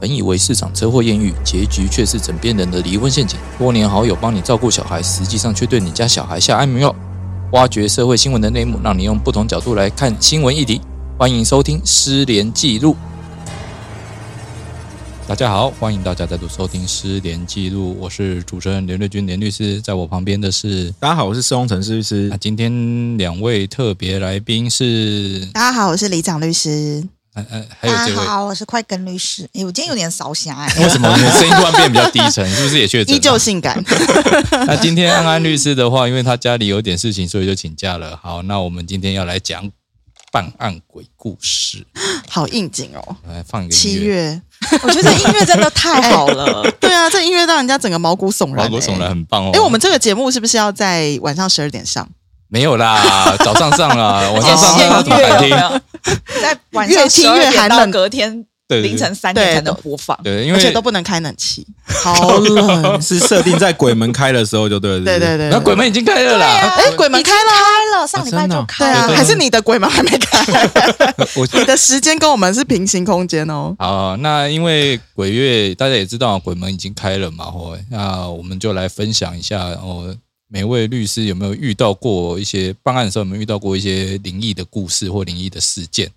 本以为市场车祸艳遇，结局却是枕边人的离婚陷阱。多年好友帮你照顾小孩，实际上却对你家小孩下安眠药。挖掘社会新闻的内幕，让你用不同角度来看新闻议题。欢迎收听《失联记录》。大家好，欢迎大家再度收听《失联记录》，我是主持人连瑞君，连律师，在我旁边的是大家好，我是施宏成施律师那。今天两位特别来宾是，大家好，我是李长律师。呃呃，还有大这家位，好，我是快更律师。哎，我今天有点烧瞎啊 哎、为什么你的声音突然变比较低沉？是不啊是也确 诊？依旧。性感。 那今天安安律师的话，因为他家里有点事情，所以就请假了。好，那我们今天要来讲办案鬼故事，好应景哦。来放一个七音乐， 月，我觉得这音乐真的太好了。 对啊，这音乐让人家整个毛骨悚然、哎毛骨悚然，。很棒哦。哎，我们这个节目是不是要在晚上十二点上？没有啦，早上上啦，晚上上限那怎么乐敢听？哦 在晚越上听十越二点寒到冷隔天对对凌晨三对点才能播放。对，因而且为都不能开 冷气，好冷。是设定在鬼门开的时候就对了，是不对是对。对，那鬼门已经开了啦。哎，鬼门开了啊。开了，上礼拜真的就哦对开啊，了。还是你的鬼门还没开？我你的时间跟我们是平行空间哦。好，啊那因为鬼月大家也知道，鬼门已经开了嘛，吼，那我们就来分享一下哦，每位律师有没有遇到过一些办案的时候有没有遇到过一些灵异的故事或灵异的事件？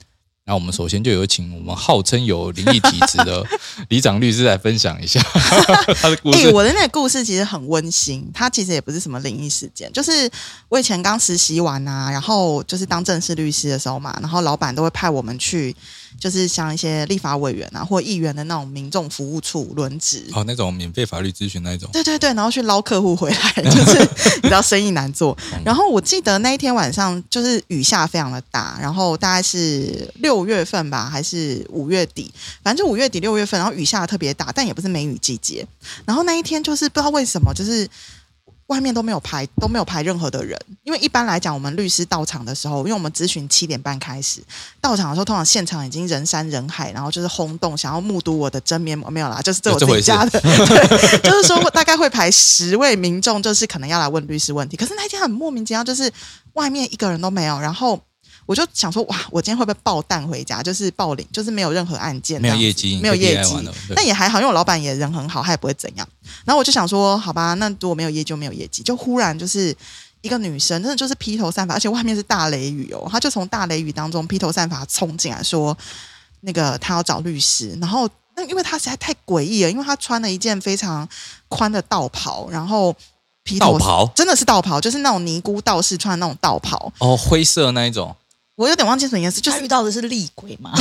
那我们首先就有请我们号称有灵异体质的 李长律师来分享一下 他的故哎、事。我的那个故事其实很温馨，它其实也不是什么灵异事件，就是我以前刚实习完啊，然后就是当正式律师的时候嘛，然后老板都会派我们去，就是像一些立法委员啊或议员的那种民众服务处轮值。好、哦那种免费法律咨询那一种，对对对，然后去捞客户回来， 就是比较生意难做。嗯然后我记得那一天晚上就是雨下非常的大，然后大概是六月份吧，还是五月底，反正就五月底六月份，然后雨下的特别大，但也不是梅雨季节。然后那一天就是不知道为什么，就是外面都没有排都没有排任何的人，因为一般来讲，我们律师到场的时候，因为我们咨询七点半开始，到场的时候通常现场已经人山人海，然后就是轰动，想要目睹我的真面目没有啦，就是这有哦我这自回事己家的，对，就是说大概会排十位民众，就是可能要来问律师问题。可是那一天很莫名其妙，就是外面一个人都没有，然后。我就想说，哇，我今天会不会爆弹回家？就是爆领，就是没有任何案件没这有样子，业绩，没有你被业 DI 绩完，了对但也还好，因为我老板也人很好，他也不会怎样。然后我就想说，好吧，那如果没有业绩就没有业绩。就忽然就是一个女生，真的就是披头散发，而且外面是大雷雨哦，她就从大雷雨当中披头散发冲进来说，那个她要找律师。然后那因为她实在太诡异了，因为她穿了一件非常宽的道袍，然后披道头袍真的是道袍，就是那种尼姑道士穿的那种道袍。哦，灰色那一种，我有点忘记什么颜 色，就他是遇到的是厉鬼嘛？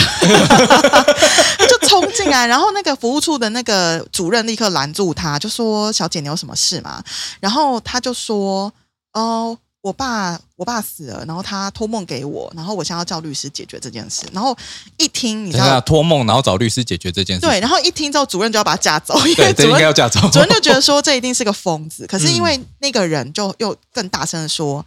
就冲进来，然后那个服务处的那个主任立刻拦住他，就说：“小姐，你有什么事吗？”然后他就说：“哦，我爸，我爸死了，然后他托梦给我，然后我现在要叫律师解决这件事。”然后一听，你知等下道，托梦，然后找律师解决这件事，对，然后一听之后，主任就要把他架走，因对，为 主这应该任要驾照。主任就觉得说这一定是个疯子，可是因为那个人就又更大声的说。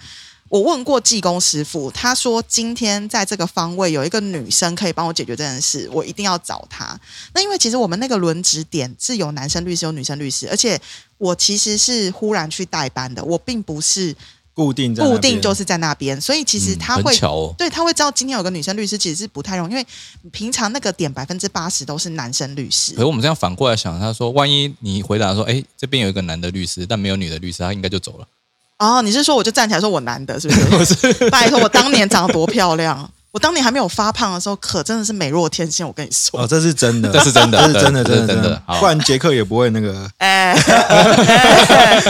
我问过技工师傅，他说今天在这个方位有一个女生可以帮我解决这件事，我一定要找她。那因为其实我们那个轮值点是有男生律师有女生律师，而且我其实是忽然去代班的，我并不是固定在那固边定就是在那边，所以其实嗯他很会巧哦，对，他会知道今天有个女生律师，其实是不太容易，因为平常那个点百分之八十都是男生律师可是。我们这样反过来想，他说，万一你回答说，哎，这边有一个男的律师，但没有女的律师，他应该就走了。哦，你是说我就站起来 说我男的，是不是？拜托，我当年长得多漂亮，啊我当年还没有发胖的时候，可真的是美若天仙。我跟你说哦，，这是真的，这是真的 这是真的，对真的，这是真的真的好。不然杰克也不会那个。哎、哎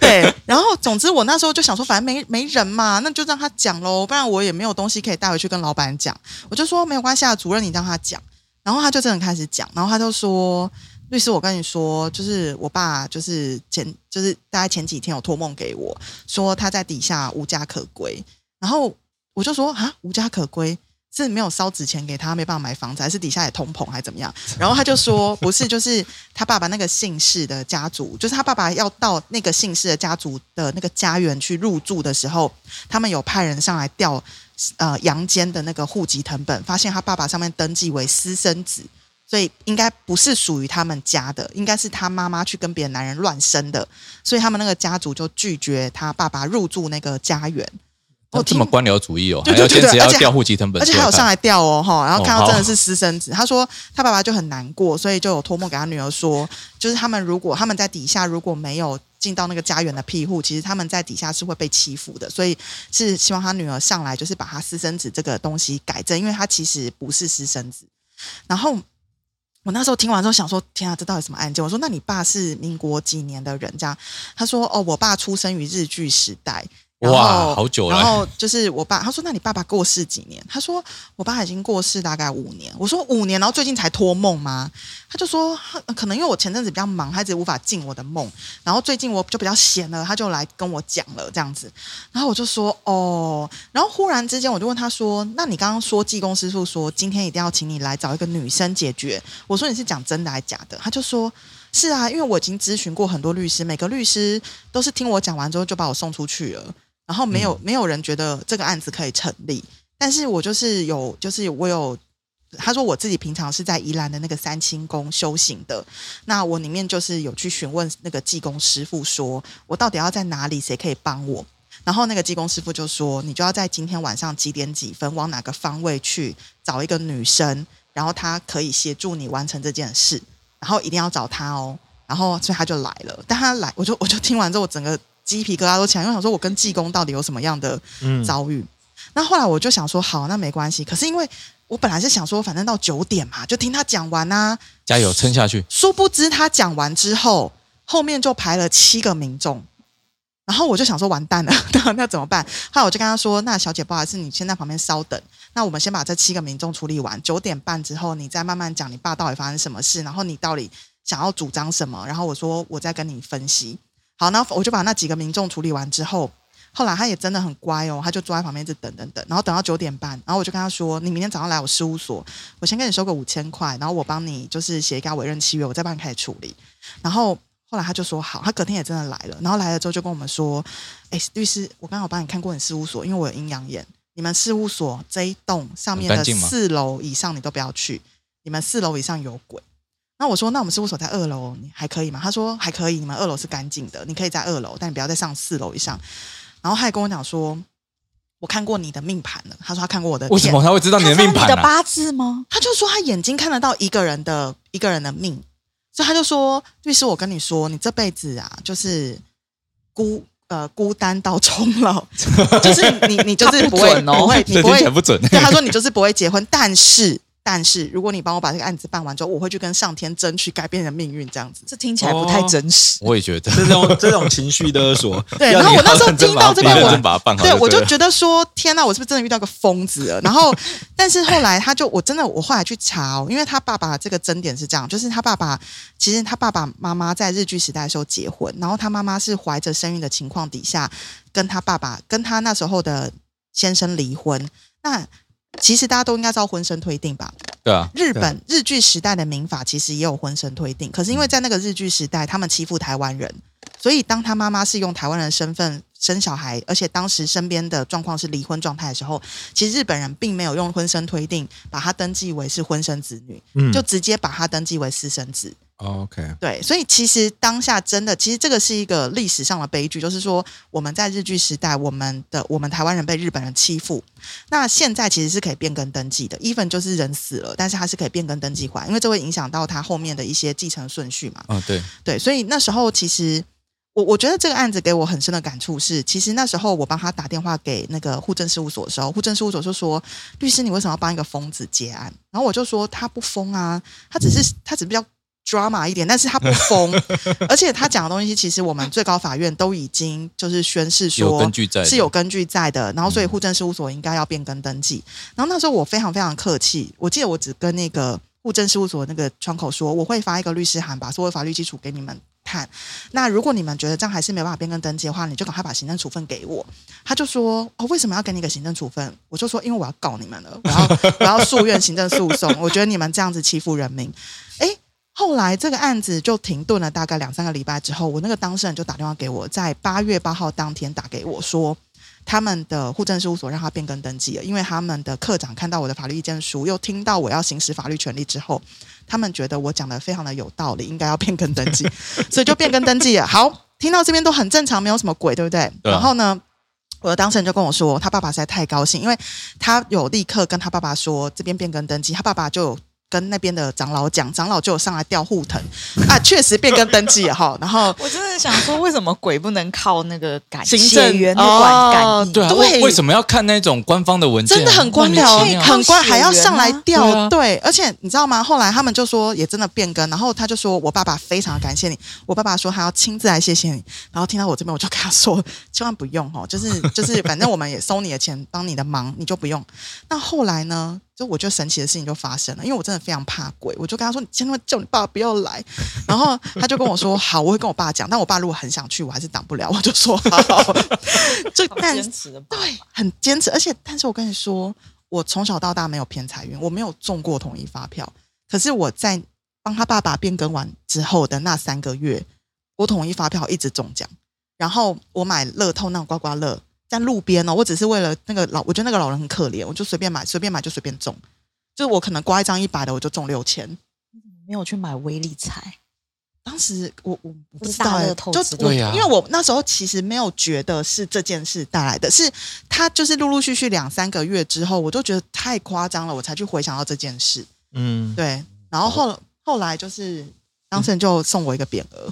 对。然后，总之我那时候就想说，反正没没人嘛，那就让他讲喽，不然我也没有东西可以带回去跟老板讲。我就说没有关系啊，主任你让他讲。然后他就真的开始讲，然后他就说。律师，我跟你说，就是我爸，就是前，就是大概前几天有托梦给我，说他在底下无家可归，然后我就说啊，无家可归是没有烧纸钱给他，没办法买房子，还是底下也通膨，还怎么样？然后他就说不是，就是他爸爸那个姓氏的家族，就是他爸爸要到那个姓氏的家族的那个家园去入住的时候，他们有派人上来调呃阳间的那个户籍成本，发现他爸爸上面登记为私生子。所以应该不是属于他们家的，应该是他妈妈去跟别的男人乱生的，所以他们那个家族就拒绝他爸爸入住那个家园。哦，这听么官僚主义哦，对还对要对坚持对要而且调户籍成本而且出还有上看，来调哦，哈，然后哦看到好真的是私生子，他哦说他爸爸就很难过，所以就有托梦给他女儿说，就是他们如果他们在底下如果没有进到那个家园的庇护，其实他们在底下是会被欺负的，所以是希望他女儿上来就是把他私生子这个东西改正，因为他其实不是私生子。然后我那时候听完之后想说，天啊，这到底什么案件？我说那你爸是民国几年的人？这样他说哦，我爸出生于日据时代。然后哇好久了然后就是我爸，他说：“那你爸爸过世几年？”他说：“我爸已经过世大概五年。”我说：“五年，然后最近才托梦吗？”他就说：“可能因为我前阵子比较忙，他一直无法进我的梦。然后最近我就比较闲了，他就来跟我讲了这样子。然后我就说：哦。然后忽然之间，我就问他说：那你刚刚说济公师傅说今天一定要请你来找一个女生解决？我说你是讲真的还是假的？他就说。是啊，因为我已经咨询过很多律师，每个律师都是听我讲完之后就把我送出去了，然后没有、没有人觉得这个案子可以成立，但是我就是有，就是我有，他说我自己平常是在宜兰的那个三清宫修行的，那我里面就是有去询问那个济公师傅说，我到底要在哪里，谁可以帮我？然后那个技工师傅就说，你就要在今天晚上几点几分往哪个方位去找一个女生，然后她可以协助你完成这件事，然后一定要找她哦。然后所以他就来了，但他来，我就我就听完之后，我整个鸡皮疙瘩都起来，因为想说我跟济公到底有什么样的嗯遭遇。那后来我就想说，好，那没关系。可是因为我本来是想说，反正到九点嘛，就听他讲完啊。加油撑下去，殊不知他讲完之后，后面就排了七个民众。然后我就想说，完蛋了， 那那怎么办？后来我就跟他说：“那小姐，不好意思，你先在旁边稍等。那我们先把这七个民众处理完，九点半之后你再慢慢讲你爸到底发生什么事，然后你到底想要主张什么。”然后我说：“我再跟你分析。”好，那我就把那几个民众处理完之后，后来他也真的很乖哦，他就坐在旁边一直等等等，然后等到九点半，然后我就跟他说：“你明天早上来我事务所，我先跟你收个五千块，然后我帮你就是写一个委任契约，我再帮你开始处理。然后后来他就说好，他隔天也真的来了，然后来了之后就跟我们说，哎，律师，我刚好帮你看过你事务所，因为我有阴阳眼，你们事务所这一栋上面很的干净吗四楼以上你都不要去，你们四楼以上有鬼。那我说，那我们事务所在二楼，你还可以吗？他说还可以，你们二楼是干净的，你可以在二楼，但你不要再上四楼以上。然后他还跟我讲说，我看过你的命盘了。他说他看过我的为什天么他会知道你的他知道命盘你的啊？八字吗？他就说他眼睛看得到一个人的一个人的命，所以他就说律师，我跟你说，你这辈子啊，就是孤呃孤单到 终老，就是你你就是不 会他不准哦不会你这不听起来会不 准，对他说你就是不会结婚，但是但是如果你帮我把这个案子办完之后，我会去跟上天争取改变你的命运这样子。这听起来不太哦真实。我也觉得。 这种这种情绪勒 索，对要然后你我那时候认真听把它到这你边逼认得我真把它办好对，就我对就了觉得说，天哪，我是不是真的遇到一个疯子了？然后，但是后来他就，我真的我后来去查、哦，因为他爸爸这个争点是这样，就是他爸爸其实他爸爸妈妈在日剧时代的时候结婚，然后他妈妈是怀着身孕的情况底下，跟他爸爸跟他那时候的先生离婚。那其实大家都应该知道婚生推定吧？对啊，日本日剧时代的民法其实也有婚生推定，可是因为在那个日剧时代，他们欺负台湾人，所以当他妈妈是用台湾人身份生小孩，而且当时身边的状况是离婚状态的时候，其实日本人并没有用婚生推定把他登记为是婚生子女，嗯就直接把他登记为私生子。哦 OK，对，所以其实当下真的，其实这个是一个历史上的悲剧，就是说我们在日据时代，我们的我们台湾人被日本人欺负，那现在其实是可以变更登记的，even 就是人死了，但是他是可以变更登记回来，因为这会影响到他后面的一些继承顺序嘛。嗯，对，对，所以那时候其实我我觉得这个案子给我很深的感触是，其实那时候我帮他打电话给那个户政事务所的时候，户政事务所就说：“律师，你为什么要帮一个疯子结案？”然后我就说：“他不疯啊，他只是他只是比较 drama 一点，但是他不 疯，而且他讲的东西其实我们最高法院都已经就是宣誓说有根据在的是有根据在的，然后所以户政事务所应该要变更登记。然后那时候我非常非常客气，我记得我只跟那个户政事务所那个窗口说，我会发一个律师函，把所有法律基础给你们看。那如果你们觉得这样还是没办法变更登记的话，你就赶快把行政处分给我。他就说：“哦，为什么要给你一个行政处分？”我就说：“因为我要告你们了，我要 我要诉愿行政诉讼，我觉得你们这样子欺负人民。”诶，后来这个案子就停顿了大概两三个礼拜之后，我那个当事人就打电话给我，在八月八号当天打给我说，他们的户政事务所让他变更登记了，因为他们的科长看到我的法律意见书，又听到我要行使法律权利之后，他们觉得我讲的非常的有道理，应该要变更登记，所以就变更登记了。好，听到这边都很正常，没有什么鬼，对不对？对啊然后呢，我的当事人就跟我说，他爸爸实在太高兴，因为他有立刻跟他爸爸说这边变更登记，他爸爸就有跟那边的长老讲，长老就有上来调护藤啊，确实变更登记了哈。然后我真的想说，为什么鬼不能靠那个感行血政缘去管感应？对啊，对为为什么要看那种官方的文件啊？真的很官莫僚哎名其，妙很官，还要上来调、对啊对，而且你知道吗？后来他们就说也真的变更，然后他就说我爸爸非常感谢你，我爸爸说他要亲自来谢谢你。然后听到我这边，我就跟他说，千万不用哦，就是就是，反正我们也收你的钱，帮你的忙，你就不用。那后来呢？就我觉得神奇的事情就发生了，因为我真的非常怕鬼，我就跟他说：“你千万叫你爸不要来。”然后他就跟我说：“好，我会跟我爸讲。”但我爸如果很想去，我还是挡不了，我就说：“好。就”好但坚持的爸爸，对，很坚持。而且，但是我跟你说，我从小到大没有偏财运，我没有中过统一发票。可是我在帮他爸爸变更完之后的那三个月，我统一发票一直中奖。然后我买乐透那种刮刮乐，在路边哦，我只是为了那个老，我觉得那个老人很可怜，我就随便买，随便买就随便中。就是我可能刮一张一百的，我就中六千。没有去买威力彩，当时我我我不不是知道、大欸乐，透就之类我对呀因为我那时候其实没有觉得是这件事带来的，是他就是陆陆续续两三个月之后，我就觉得太夸张了，我才去回想到这件事。嗯，对，然后后、后来就是当事人就送我一个匾额，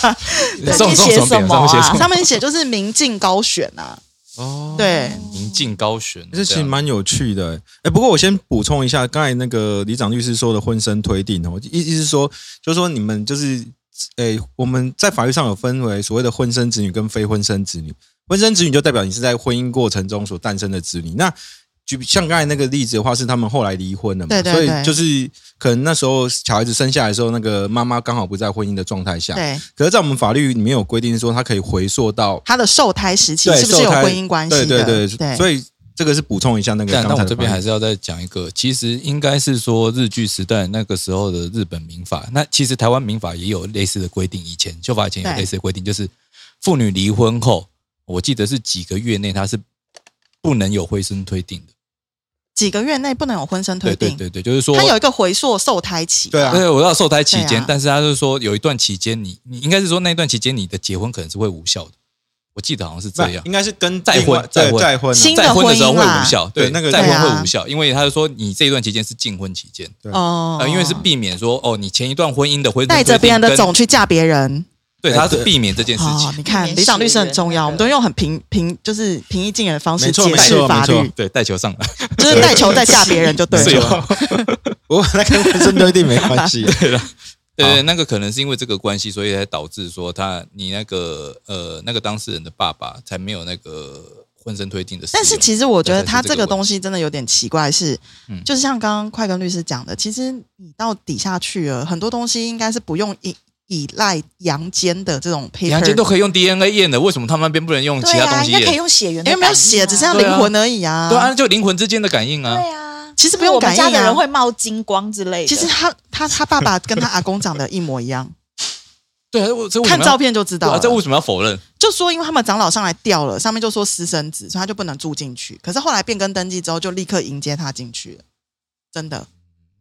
送在送写送什别人么上面写啊什么？上面写就是明镜高悬啊，哦，对，宁静高悬，啊这其这实样蛮有趣的、欸。哎、不过我先补充一下，刚才那个李长律师说的婚生推定哦，意意思是说，就是说你们就是，哎、我们在法律上有分为所谓的婚生子女跟非婚生子女。婚生子女就代表你是在婚姻过程中所诞生的子女。那举像刚才那个例子的话，是他们后来离婚了嘛，对对所对以就是可能那时候小孩子生下来的时候，那个妈妈刚好不在婚姻的状态下。对，可是，在我们法律里面有规定说，他可以回溯到他的受胎时期对是不是有受胎婚姻关系对的？对对，所以这个是补充一下那个但刚才但我的发言。这边还是要再讲一个，其实应该是说日据时代那个时候的日本民法，那其实台湾民法也有类似的规定，以前修法以前有对类似的规定，就是妇女离婚后，我记得是几个月内她是不能有婚生推定的，几个月内不能有婚生推对定，对对对，就是说他有一个回溯受胎期，对啊对，我要受胎期对间，啊但是他就是说有一段期间你，你应该是说那一段期间你的结婚可能是会无效的，我记得好像是这不样。应该是跟再婚另外再对婚再婚啊，新的再婚的时候会婚姻啦无效，对对那个再对婚啊会无效，因为他就说你这一段期间是禁婚期间，哦呃，因为是避免说哦，你前一段婚姻的婚带着别人的种，去嫁别人。对，他是避免这件事哦，情，你看，免里长学律师很员重那要，个我们都用很平平，就是平易近人的方式没错解没释错法没错律，对，带球上哦来，就是带球再嫁别人就 对是有哦了。 我啊那跟婚生推定没 关系。啊对对，那个可能是因为这个关系，所以才导致说他你那个呃那个当事人的爸爸才没有那个婚生推定的事。但是其实我觉得对他这这个个问题东西真的有点奇怪，是嗯就是像刚刚快跟律师讲的，其实你到底下去了，很多东西应该是不用依依赖阳间的这种 paper，杨坚都可以用 DNA 验的，为什么他们那边不能用其对他东啊，西应该可以验？用血缘的因感应啊，为没有写，只剩下对啊灵魂而已啊。对啊，，就灵魂之间的感应啊。对啊，其实不用我们感应啊家的人会冒金光之类的。其实他他他爸爸跟他阿公长得一模 一样，对啊，我这为什看么照要？片就知对道啊，了。这为什么要否认？就说因为他们长老上来调了，上面就说私生子，所以他就不能住进去。可是后来变更登记之后，就立刻迎接他进去了，真的。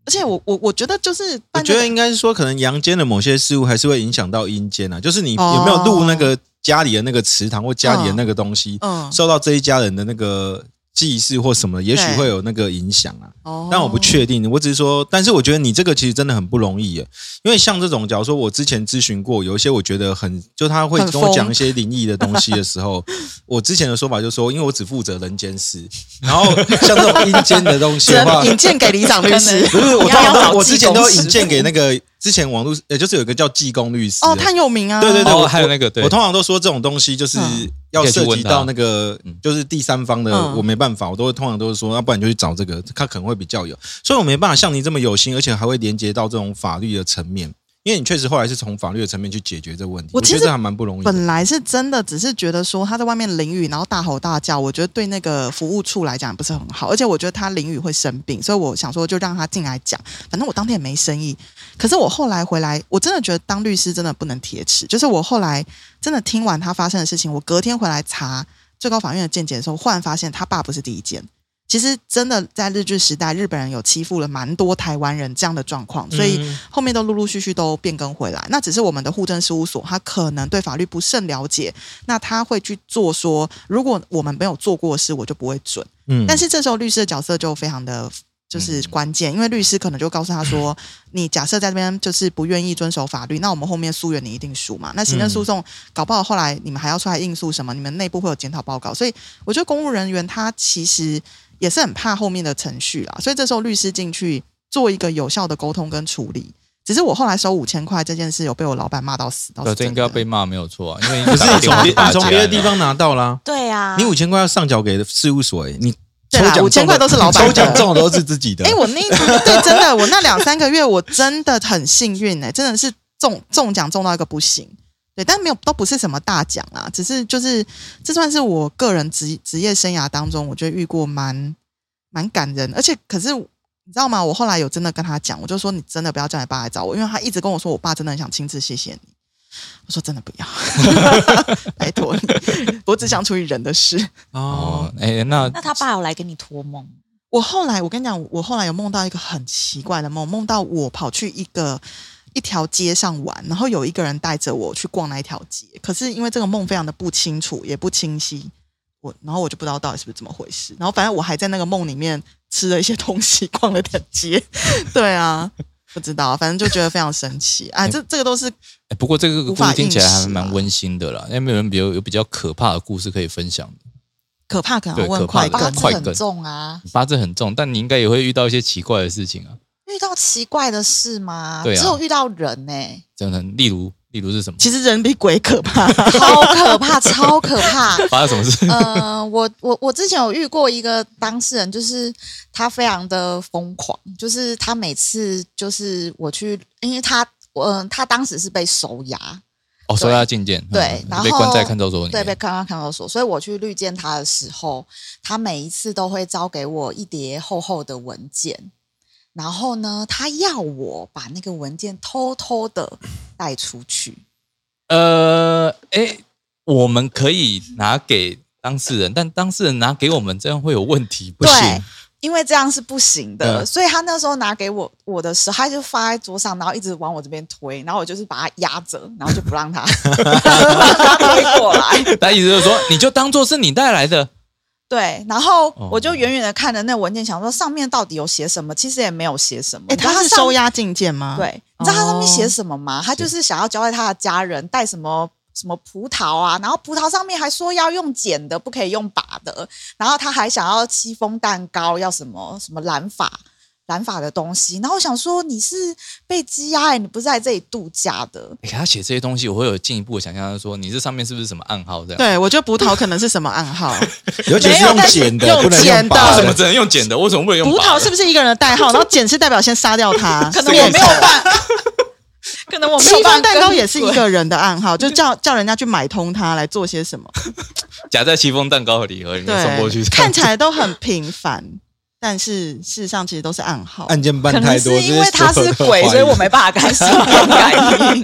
而且我我我觉得就是我办这觉个，得应该是说，可能阳间的某些事物还是会影响到阴间啊，就是你哦有没有入那个家里的那个祠堂或家里的那个东西，嗯受到这一家人的那个祭祀或什么，也许对会有那个影响啊。哦但我不确定，我只是说，但是我觉得你这个其实真的很不容易耶，因为像这种，假如说我之前咨询过，有一些我觉得很，就他会很跟我讲疯一些灵异的东西的时候，我之前的说法就是说，因为我只负责人间事，然后像这种阴间的东西只 的话能，引荐给里长 律师不是我你通要常找都我济之前公都师引荐傅给那个之前网络，也就是有一个叫济公律师哦，的他很有名啊，对对对，哦我还有那个对我通常都说这种东西就是嗯要你可以去涉问及他到那个嗯就是第三方的，嗯我没办法，我都会通常都是说，要啊不然你就去找这个，他可能会比较有，所以我没办法像你这么有心，而且还会连接到这种法律的层面，因为你确实后来是从法律的层面去解决这个问题，我我其觉实得这还蛮不容易的。本来是真的，只是觉得说他在外面淋雨，然后大吼大叫，我觉得对那个服务处来讲也不是很好，而且我觉得他淋雨会生病，所以我想说就让他进来讲，反正我当天也没生意。可是我后来回来，我真的觉得当律师真的不能铁齿，就是我后来真的听完他发生的事情，我隔天回来查最高法院的见解的时候，忽然发现他爸不是第一件。其实真的在日治时代，日本人有欺负了蛮多台湾人这样的状况，所以嗯后面都陆陆续续都变更回来。那只是我们的户政事务所，他可能对法律不甚了解，那他会去做说，如果我们没有做过的事，我就不会准。嗯但是这时候律师的角色就非常的就是嗯关键，因为律师可能就告诉他 说，你假设在这边就是不愿意遵守法律，那我们后面诉愿你一定输嘛。那行政诉嗯讼搞不好后来你们还要出来应诉什么，你们内部会有检讨报告，所以我觉得公务人员他其实也是很怕后面的程序啦，所以这时候律师进去做一个有效的沟通跟处理。只是我后来收五千块这件事，有被我老板骂到死，倒是对，这真应该要的被骂没有错啊，因为可是你打电话打从别你从架别的了地方拿到啦，对啊，你五千块要上缴给事务所，哎，你嗯对抽啦5000奖中的块都是老板的抽奖中的都是自己的哎、。我那一场 对，真的，我那两三个月我真的很幸运哎、真的是中中奖中到一个不行。对，但没有都不是什么大奖啦，只是就是这算是我个人职职业生涯当中，我觉得遇过蛮蛮感人，而且可是你知道吗？我后来有真的跟他讲，我就说你真的不要叫你爸来找我，因为他一直跟我说我爸真的很想亲自谢谢你。我说真的不要， 拜托你，我只想处理人的事。哦，，哎，那那他爸有来跟你托梦吗？我后来，我跟你讲，我后来有梦到一个很奇怪的梦，梦到我跑去一个一条街上玩，然后有一个人带着我去逛那一条街，可是因为这个梦非常的不清楚，也不清晰，我然后我就不知道到底是不是怎么回事，然后反正我还在那个梦里面吃了一些东西，逛了点街，对啊。不知道，反正就觉得非常神奇。哎，这这个都是哎不过这个无故法事听起来应还试蛮啊温馨的啦。因为没有人比较有比较可怕的故事可以分享的？可怕，可能对要问可怕快的八更感字快很梗重啊，你八字很重，但你应该也会遇到一些奇怪的事情啊。遇到奇怪的事吗？对啊只有遇到人呢、欸真的，例如例如是什么？其实人比鬼可 怕。超 可怕，超可怕。发生什么事？ 呃，我我我之前有遇过一个当事人，就是他非常的疯狂，就是他每次就是我去，因为他我嗯、他当时是被收押，哦，收押禁见，对嗯然后被关在看守所里对，被面。看到看守所，所以我去绿见他的时候，他每一次都会交给我一叠厚厚的文件，然后呢，他要我把那个文件偷偷的带出去。呃，哎，我们可以拿给当事人，但当事人拿给我们，这样会有问题，不对行。，因为这样是不行的，嗯所以他那时候拿给我我的时候，他就放在桌上，然后一直往我这边推，然后我就是把他压着，然后就不让他 推过来。他意思就是说，你就当做是你带来的，对，然后哦我就远远的看着那文件，想说上面到底有写什么？其实也没有写什么。哎，你知道他是上收押禁见吗？对，你知道他上面啊哦写什么吗？他就是想要交代他的家人带什么什么葡萄啊，然后葡萄上面还说要用剪的，不可以用拔的，然后他还想要戚风蛋糕，要什么什么染发。染发的东西，然后我想说你是被羁押、欸，你不是在这里度假的，给他写这些东西，我会有进一步的想象，就是说你这上面是不是什么暗号这样？，对，我觉得葡萄可能是什么暗号？尤其是用没有剪的，但是用不能用剪的拔为什的么只能用剪的？为什么不能用葡拔萄的是不是一个人的代 号？然后简是代表先杀掉 他，可能我没有办， 可能我没戚有风办法蛋糕跟也是一个人的暗号，就叫叫人家去买通他来做些什 么。夹在戚风蛋糕的礼盒里面送过去对，，看起来都很平凡，但是事实上其实都是暗号。嗯案件办可太能是多，因为他这是所有的鬼，怀疑所以我没办法跟他心电感 应。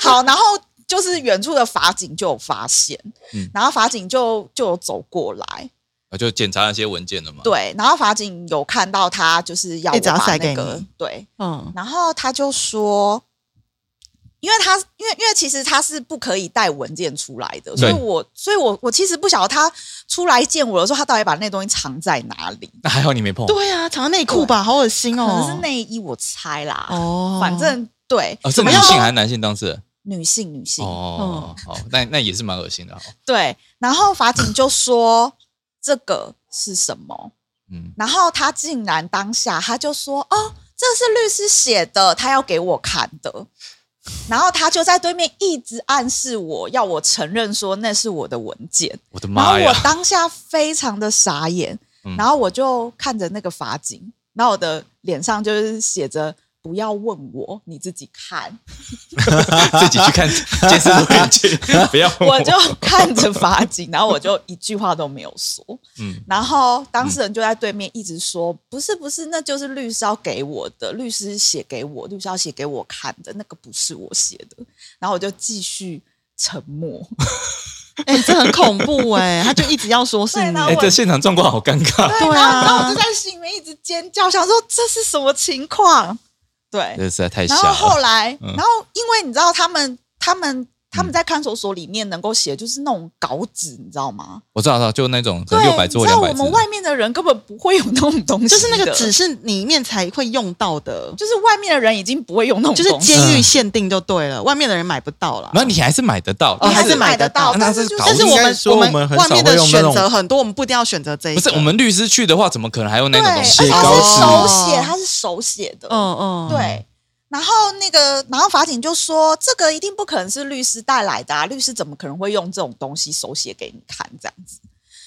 好，然后就是远处的法警就有发现，嗯然后法警就就有走过来，我就检查那些文件了嘛。，对，然后法警有看到他就是要一我直要把塞那给个你对，嗯，然后他就说。因为他，因为因为其实他是不可以带文件出来的，所以对我，所以我我其实不晓得他出来见我的时候，他到底把那东西藏在哪里，那还好你没碰。对啊，藏内裤吧，好恶心可哦。能是内衣，我猜啦。哦，反正对，哦，是么女样嗯性还是男性当事人？女性女性、哦，好，那那也是蛮恶心的。好哦对，然后法警就说这个是什么，嗯，然后他竟然当下他就说哦，这是律师写的，他要给我看的，然后他就在对面一直暗示我要我承认说那是我的文件，我的然后妈呀我！当下非常的傻眼，嗯然后我就看着那个法警，然后我的脸上就是写着。不要问我，你自己看。 自己去看监视录影 去，不要问 我就看着法警，然后我就一句话都没有说。嗯，然后当事人就在对面一直说：“不是，不是，那就是律师要给我的，律师写给我，律师要写 给我看的，那个不是我写的。”然后我就继续沉默。 哎、这很恐怖哎、他就一直要说是对 你那哎、我这现场状况好尴尬。对然后然后啊我就，在心里面一直尖叫，想说这是什么情况？对，这实在太然瞎后后了。来，嗯然后因为你知道他们他们。他们在看守所里面能够写就是那种稿纸，你知道吗？我知道，知道，就那种可对，能六百字你或知道两我百字们。外面的人根本不会有那种东西，就是那个纸，是里面才会用到的，就是外面的人已经不会用那种就东西是了，监狱限定就对了，外面的人买不到了。然后你还是买得到，哦你但还是是买得得到到，那但是是就是但是应我该们说我我们很外少面会的用那选种择很多，我们不一定要选择这一不个。是我们律师去的话，怎么可能还有那对，种而东西且？写它稿是纸手写，它是手写的，嗯嗯，对。然后那个，然后法警就说，这个一定不可能是律师带来的啊，律师怎么可能会用这种东西手写给你看这样子？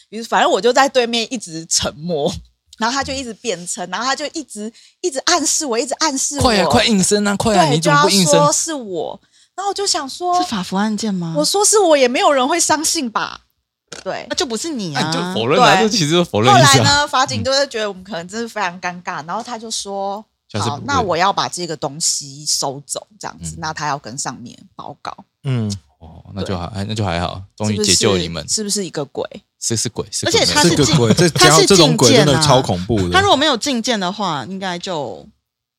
于是，反正我就在对面一直沉默， 然后他就一直辩称，然后他就一直一直暗示我，一直暗示我，快呀、快应声啊！快呀、对，你就怎么要不应声？说是我，然后我就想说是，法服案件吗？我说是我，也没有人会相信吧？对那，就不是你那啊，你就否认啊，对就其实就否认后一来下。呢，法警就是觉得我们可能真是非常尴尬，然后他就说：“下次不好会，那我要把这个东西收走，这样子，嗯那他要跟上面报告。嗯，哦，那就还那就还好，终是于不解是救了你们。是不是一个鬼？是是鬼，是而且鬼他没有这是个进鬼，这他讲是到这种鬼进真谏啊的超恐怖的。他如果没有进见的话，应该就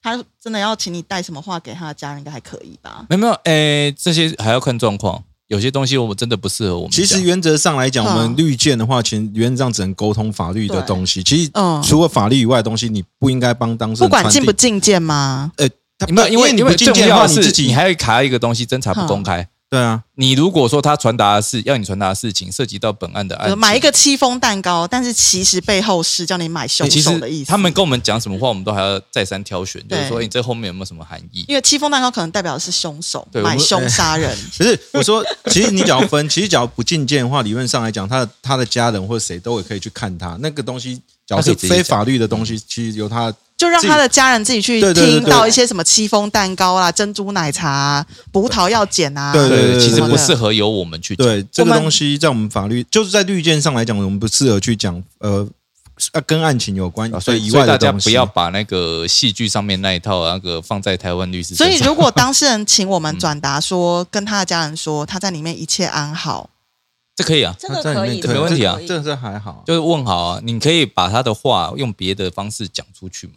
他真的要请你带什么话给他的家人，应该还可以吧？没有没有，诶，这些还要看状况。有些东西我们真的不适合我们讲。其实原则上来讲，嗯我们律见的话，其实原则上只能沟通法律的东西。其实嗯除了法律以外的东西，你不应该帮当事不人传递。管进不进见吗？他没有，因为你不为进重见的要话，的你是自己你还要卡一个东西，侦查不公开。对啊，你如果说他传达的是要你传达的事情，涉及到本案的案呃情，买一个七风蛋糕，但是其实背后是叫你买诶凶哎其手的意实思。他们跟我们讲什么话，我们都还要再三挑选，就是对说诶你这后面有没有什么含义？因为七风蛋糕可能代表的是凶手，对我买们凶杀人。可是我说，其实你只要分，其实只要不进见的话，理论上来讲，他的他的家人或者谁都也可以去看他那个东西。只要他可以是直接非法律的东西，其实由他就让他的家人自己去对对对听对到一些什么戚风蛋糕啦、珍珠奶茶、啊、葡萄要剪啊，对对对其实对不适合由我们去讲。对这个我们东西，在我们法律就是在律见上来讲，我们不适合去讲呃，啊跟案情有关啊，所所以以以所外以大的家东西。不要把那个戏剧上面那一套那个放在台湾律师所身上。以，如果当事人请我们转达说，跟他的家人说他在里面一切安好，这可以啊，这他个在里可面没以，问题啊这这个可以这还好啊。就是问好啊，你可以把他的话用别的方式讲出去嘛。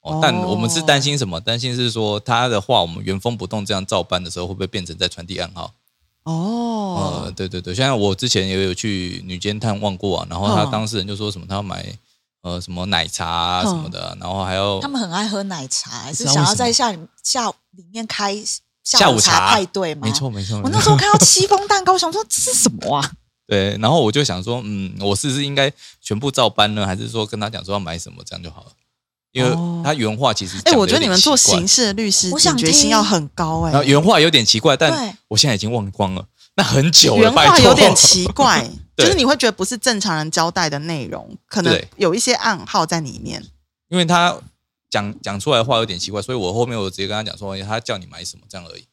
哦哦，但我们是担心什么？担心是说他的话，我们原封不动这样照搬的时候，会不会变成在传递暗号？哦，呃，对对对，像我之前也有去女监探望过啊，然后他嗯当事人就说什么他要买呃什么奶茶啊嗯什么的啊，然后还要他们很爱喝奶茶，还是知道为想要什么在下里下里面开下午午茶派对吗？没。错没错，我哦没那错时候看到戚风蛋糕，我想说这是什么啊？对，然后我就想说，嗯，我是不是应该全部照搬呢？还是说跟他讲说要买什么，这样就好了？因哦为他原话其实哎、讲得我觉得有点你们做奇怪刑事的律师，我想警觉心听要很高哎、然后原话有点奇怪，对但我现在已经忘光了，那很久了，原拜话托有点奇怪，就对是你会觉得不是正常人交代的内容，可能对有一些暗号在里面。因为他讲讲出来的话有点奇怪，所以我后面我直接跟他讲说，哎他叫你买什么这样而已，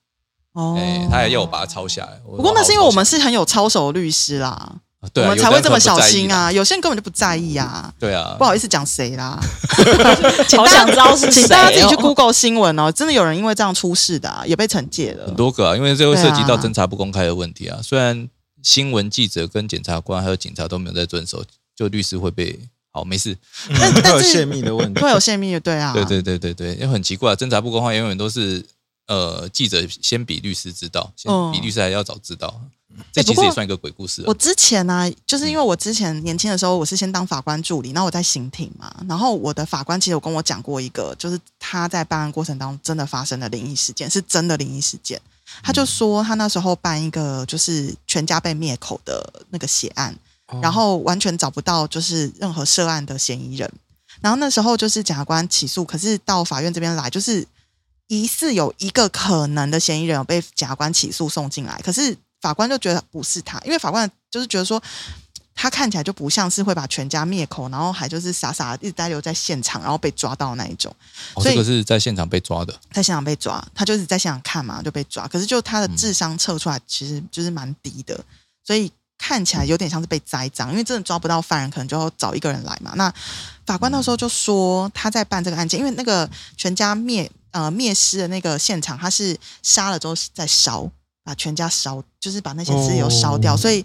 哦，哎、他还要我把它抄下来。不不过那是因为我们是很有操守的律师啦，对啊、我们才会这么小有心的人可能不在意啦，啊。有些人根本就不在意啊，对啊，不好意思讲谁 啦。请好大想家知道是请谁、哦。大家自己去 Google 新闻哦，真的有人因为这样出事的、啊，也被惩戒了很。多个啊，因为这会涉及到对啊侦查不公开的问题啊。虽然新闻记者跟检察官还有警察都没有在遵守，就律师会被好没事。但会有但泄是密的 问题。会有泄密的，对啊，对对对对对，因为很奇怪，侦查不公开永远都是呃记者先比律师知道，先嗯比律师还要早知道。这哎不其实过也算一个鬼故事、啊我。之前呢、就是因为我之前年轻的时候，我是先当法官助理，然后我在刑庭嘛，然后我的法官其实有跟我讲过一个，就是他在办案过程当中真的发生的灵异事件，是真的灵异事件。他就说他那时候办一个就是全家被灭口的那个血案，哦然后完全找不到就是任何涉案的嫌疑人。然后那时候就是检察官起诉，可是到法院这边来，就是疑似有一个可能的嫌疑人有被检察官起诉送进来，可是法官就觉得不是他，因为法官就是觉得说他看起来就不像是会把全家灭口，然后还就是傻傻地一直待留在现场，然后被抓到那一种。哦，所以这个是在现场被抓的，在现场被抓，他就是在现场看嘛，就被抓。可是就他的智商测出来，其实就是蛮低的，所以看起来有点像是被栽赃，因为真的抓不到犯人，可能就要找一个人来嘛。那法官那时候就说他在办这个案件，因为那个全家灭呃灭尸的那个现场，他是杀了之后再烧。把全家烧，就是把那些尸油烧掉。哦所以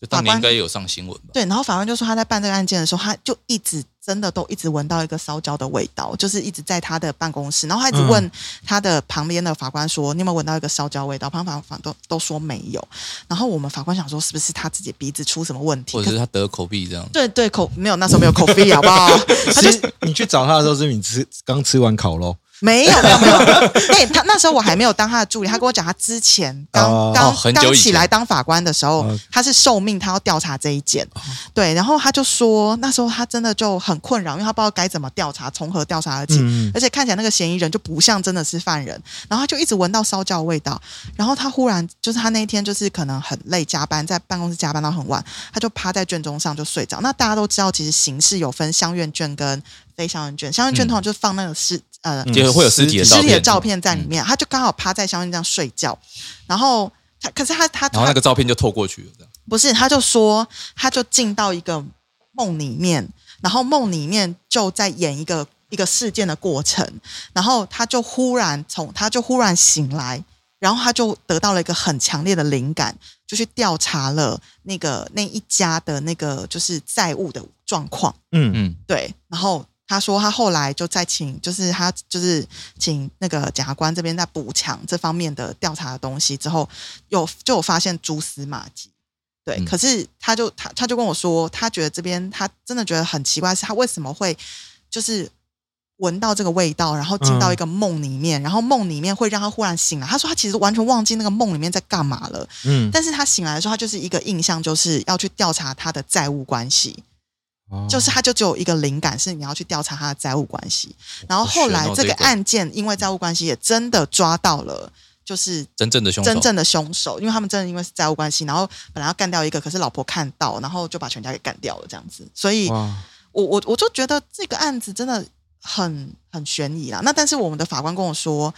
就法当年官应该有上新闻吧？对，然后法官就说他在办这个案件的时候，他就一直真的都一直闻到一个烧焦的味道，就是一直在他的办公室，然后他一直嗯问他的旁边的法官说：“你有没有闻到一个烧焦味道？”旁边法官都都说没有。然后我们法官想说，是不是他自己鼻子出什么问题？或者可是他得口鼻这样？对对，口没有那时候没有口鼻，好 不好？他就其实你去找他的时候，是不是你吃刚吃完烤肉，没有没有没有，对他那时候我还没有当他的助理，他跟我讲他之前刚哦刚很久刚以起前来当法官的时候哦，他是受命他要调查这一哦件，对，然后他就说那时候他真的就很困扰，因为他不知道该怎么调查，从何调查而起。嗯，而且看起来那个嫌疑人就不像真的是犯人，然后他就一直闻到烧焦的味道，然后他忽然就是他那一天就是可能很累，加班在办公室加班到很晚，他就趴在卷宗上就睡着。那大家都知道，其实刑事有分相愿卷跟非相愿卷，相愿嗯卷通常就是放那个尸、呃嗯就会有尸体的尸照体片，嗯的照片在里面，他就刚好趴在相面这样睡觉，然后他可是他他然后他那个照片就透过去了，这样不是他就说他就进到一个梦里面，然后梦里面就在演一个一个事件的过程，然后他就忽然从他就忽然醒来，然后他就得到了一个很强烈的灵感，就去调查了那个那一家的那个就是债务的状况。嗯嗯嗯，对，然后他说他后来就再请，就是他就是请那个检察官这边在补强这方面的调查的东西之后，有就有发现蛛丝马迹。对，嗯可是他就他他就跟我说，他觉得这边他真的觉得很奇怪，是他为什么会就是闻到这个味道，然后进到一个梦里面，然后梦里面会让他忽然醒来。他说他其实完全忘记那个梦里面在干嘛了，嗯，但是他醒来的时候，他就是一个印象，就是要去调查他的债务关系。哦就是他就只有一个灵感，是你要去调查他的债务关系。然后后来好悬哦这这个个案件，因为债务关系也真的抓到了，就是真正的凶手，真正的凶手，因为他们真的因为是债务关系，然后本来要干掉一个，可是老婆看到，然后就把全家给干掉了，这样子。所以哇，我我我就觉得这个案子真的很很悬疑啦。那但是我们的法官跟我说，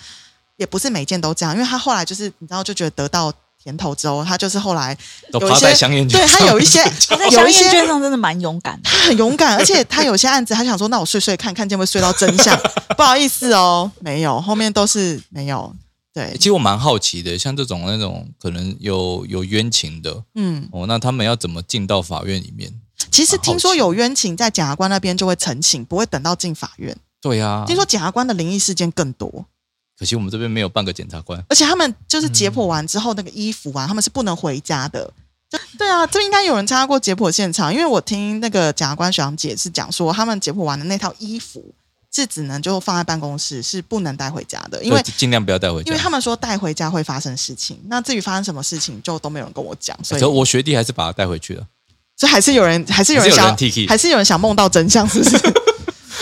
也不是每件都这样，因为他后来就是你知道就觉得得到甜头之后，他就是后来都有一趴在些香烟卷对他有一些 他在有香一些烟卷上真的蛮勇敢的。他很勇敢，而且他有些案子，他想说，那我睡睡看看见会不会睡到真相。 不好意思哦，没有，后面都是没有。对其，实我蛮好奇的，像这种那种可能有有冤情的嗯，哦，那他们要怎么进到法院里面？其实蛮好奇听说有冤情在检察官那边就会澄清，不会等到进法院。对呀、啊，听说检察官的灵异事件更多，可惜我们这边没有半个检察官，而且他们就是解剖完之后，那个衣服啊，他们是不能回家的。就对啊，这应该有人参加过解剖现场，因为我听那个检察官学长姐是讲说，他们解剖完的那套衣服是只能就放在办公室，是不能带回家的，因为所以尽量不要带回家。因为他们说带回家会发生事情，那至于发生什么事情，就都没有人跟我讲，所可以是我学弟还是把他带回去了，所以还是有人，还是有还人是有想，人 Tiki 还是有人想梦到真相，是 不是？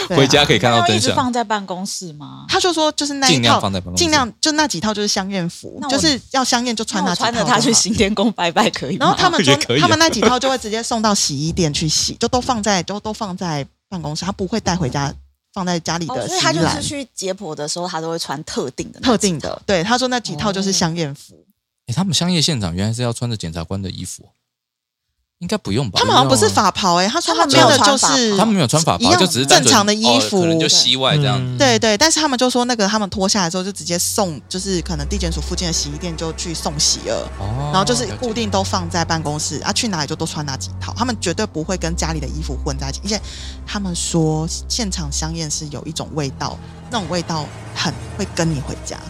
对啊回家可以看到那要一真直相。放在办公室吗？他就说就是那一尽量套放在办公室尽量就那几套就是香艳服那，我就是要香艳就穿那那我几套穿就着好它去。行天宫拜拜可以吗？然后他们说也可以啊他们那几套就会直接送到洗衣店去洗，就都放在就都放在办公室，他不会带回家，放在家里哦的洗所以衣他就篮是。去解剖的时候，他都会穿特定的那特定几的套，，对，他说那几套就是哦香艳服，诶哎他们商业现场原来是要穿着检察官的衣服哦，应该不用吧？他们好像不是法袍哎、他说他们们没的有就穿法是袍哦他们没有穿法一袍，样就只是单纯正常的衣服哦可能就西外这样。嗯对对，但是他们就说那个他们脱下来之后就直接送，就是可能地检署附近的洗衣店就去送洗了，哦然后就是了解固定都放在办公室啊，去哪里就都穿哪几套，他们绝对不会跟家里的衣服混在一起，而且他们说现场香艳是有一种味道，那种味道很会跟你回家，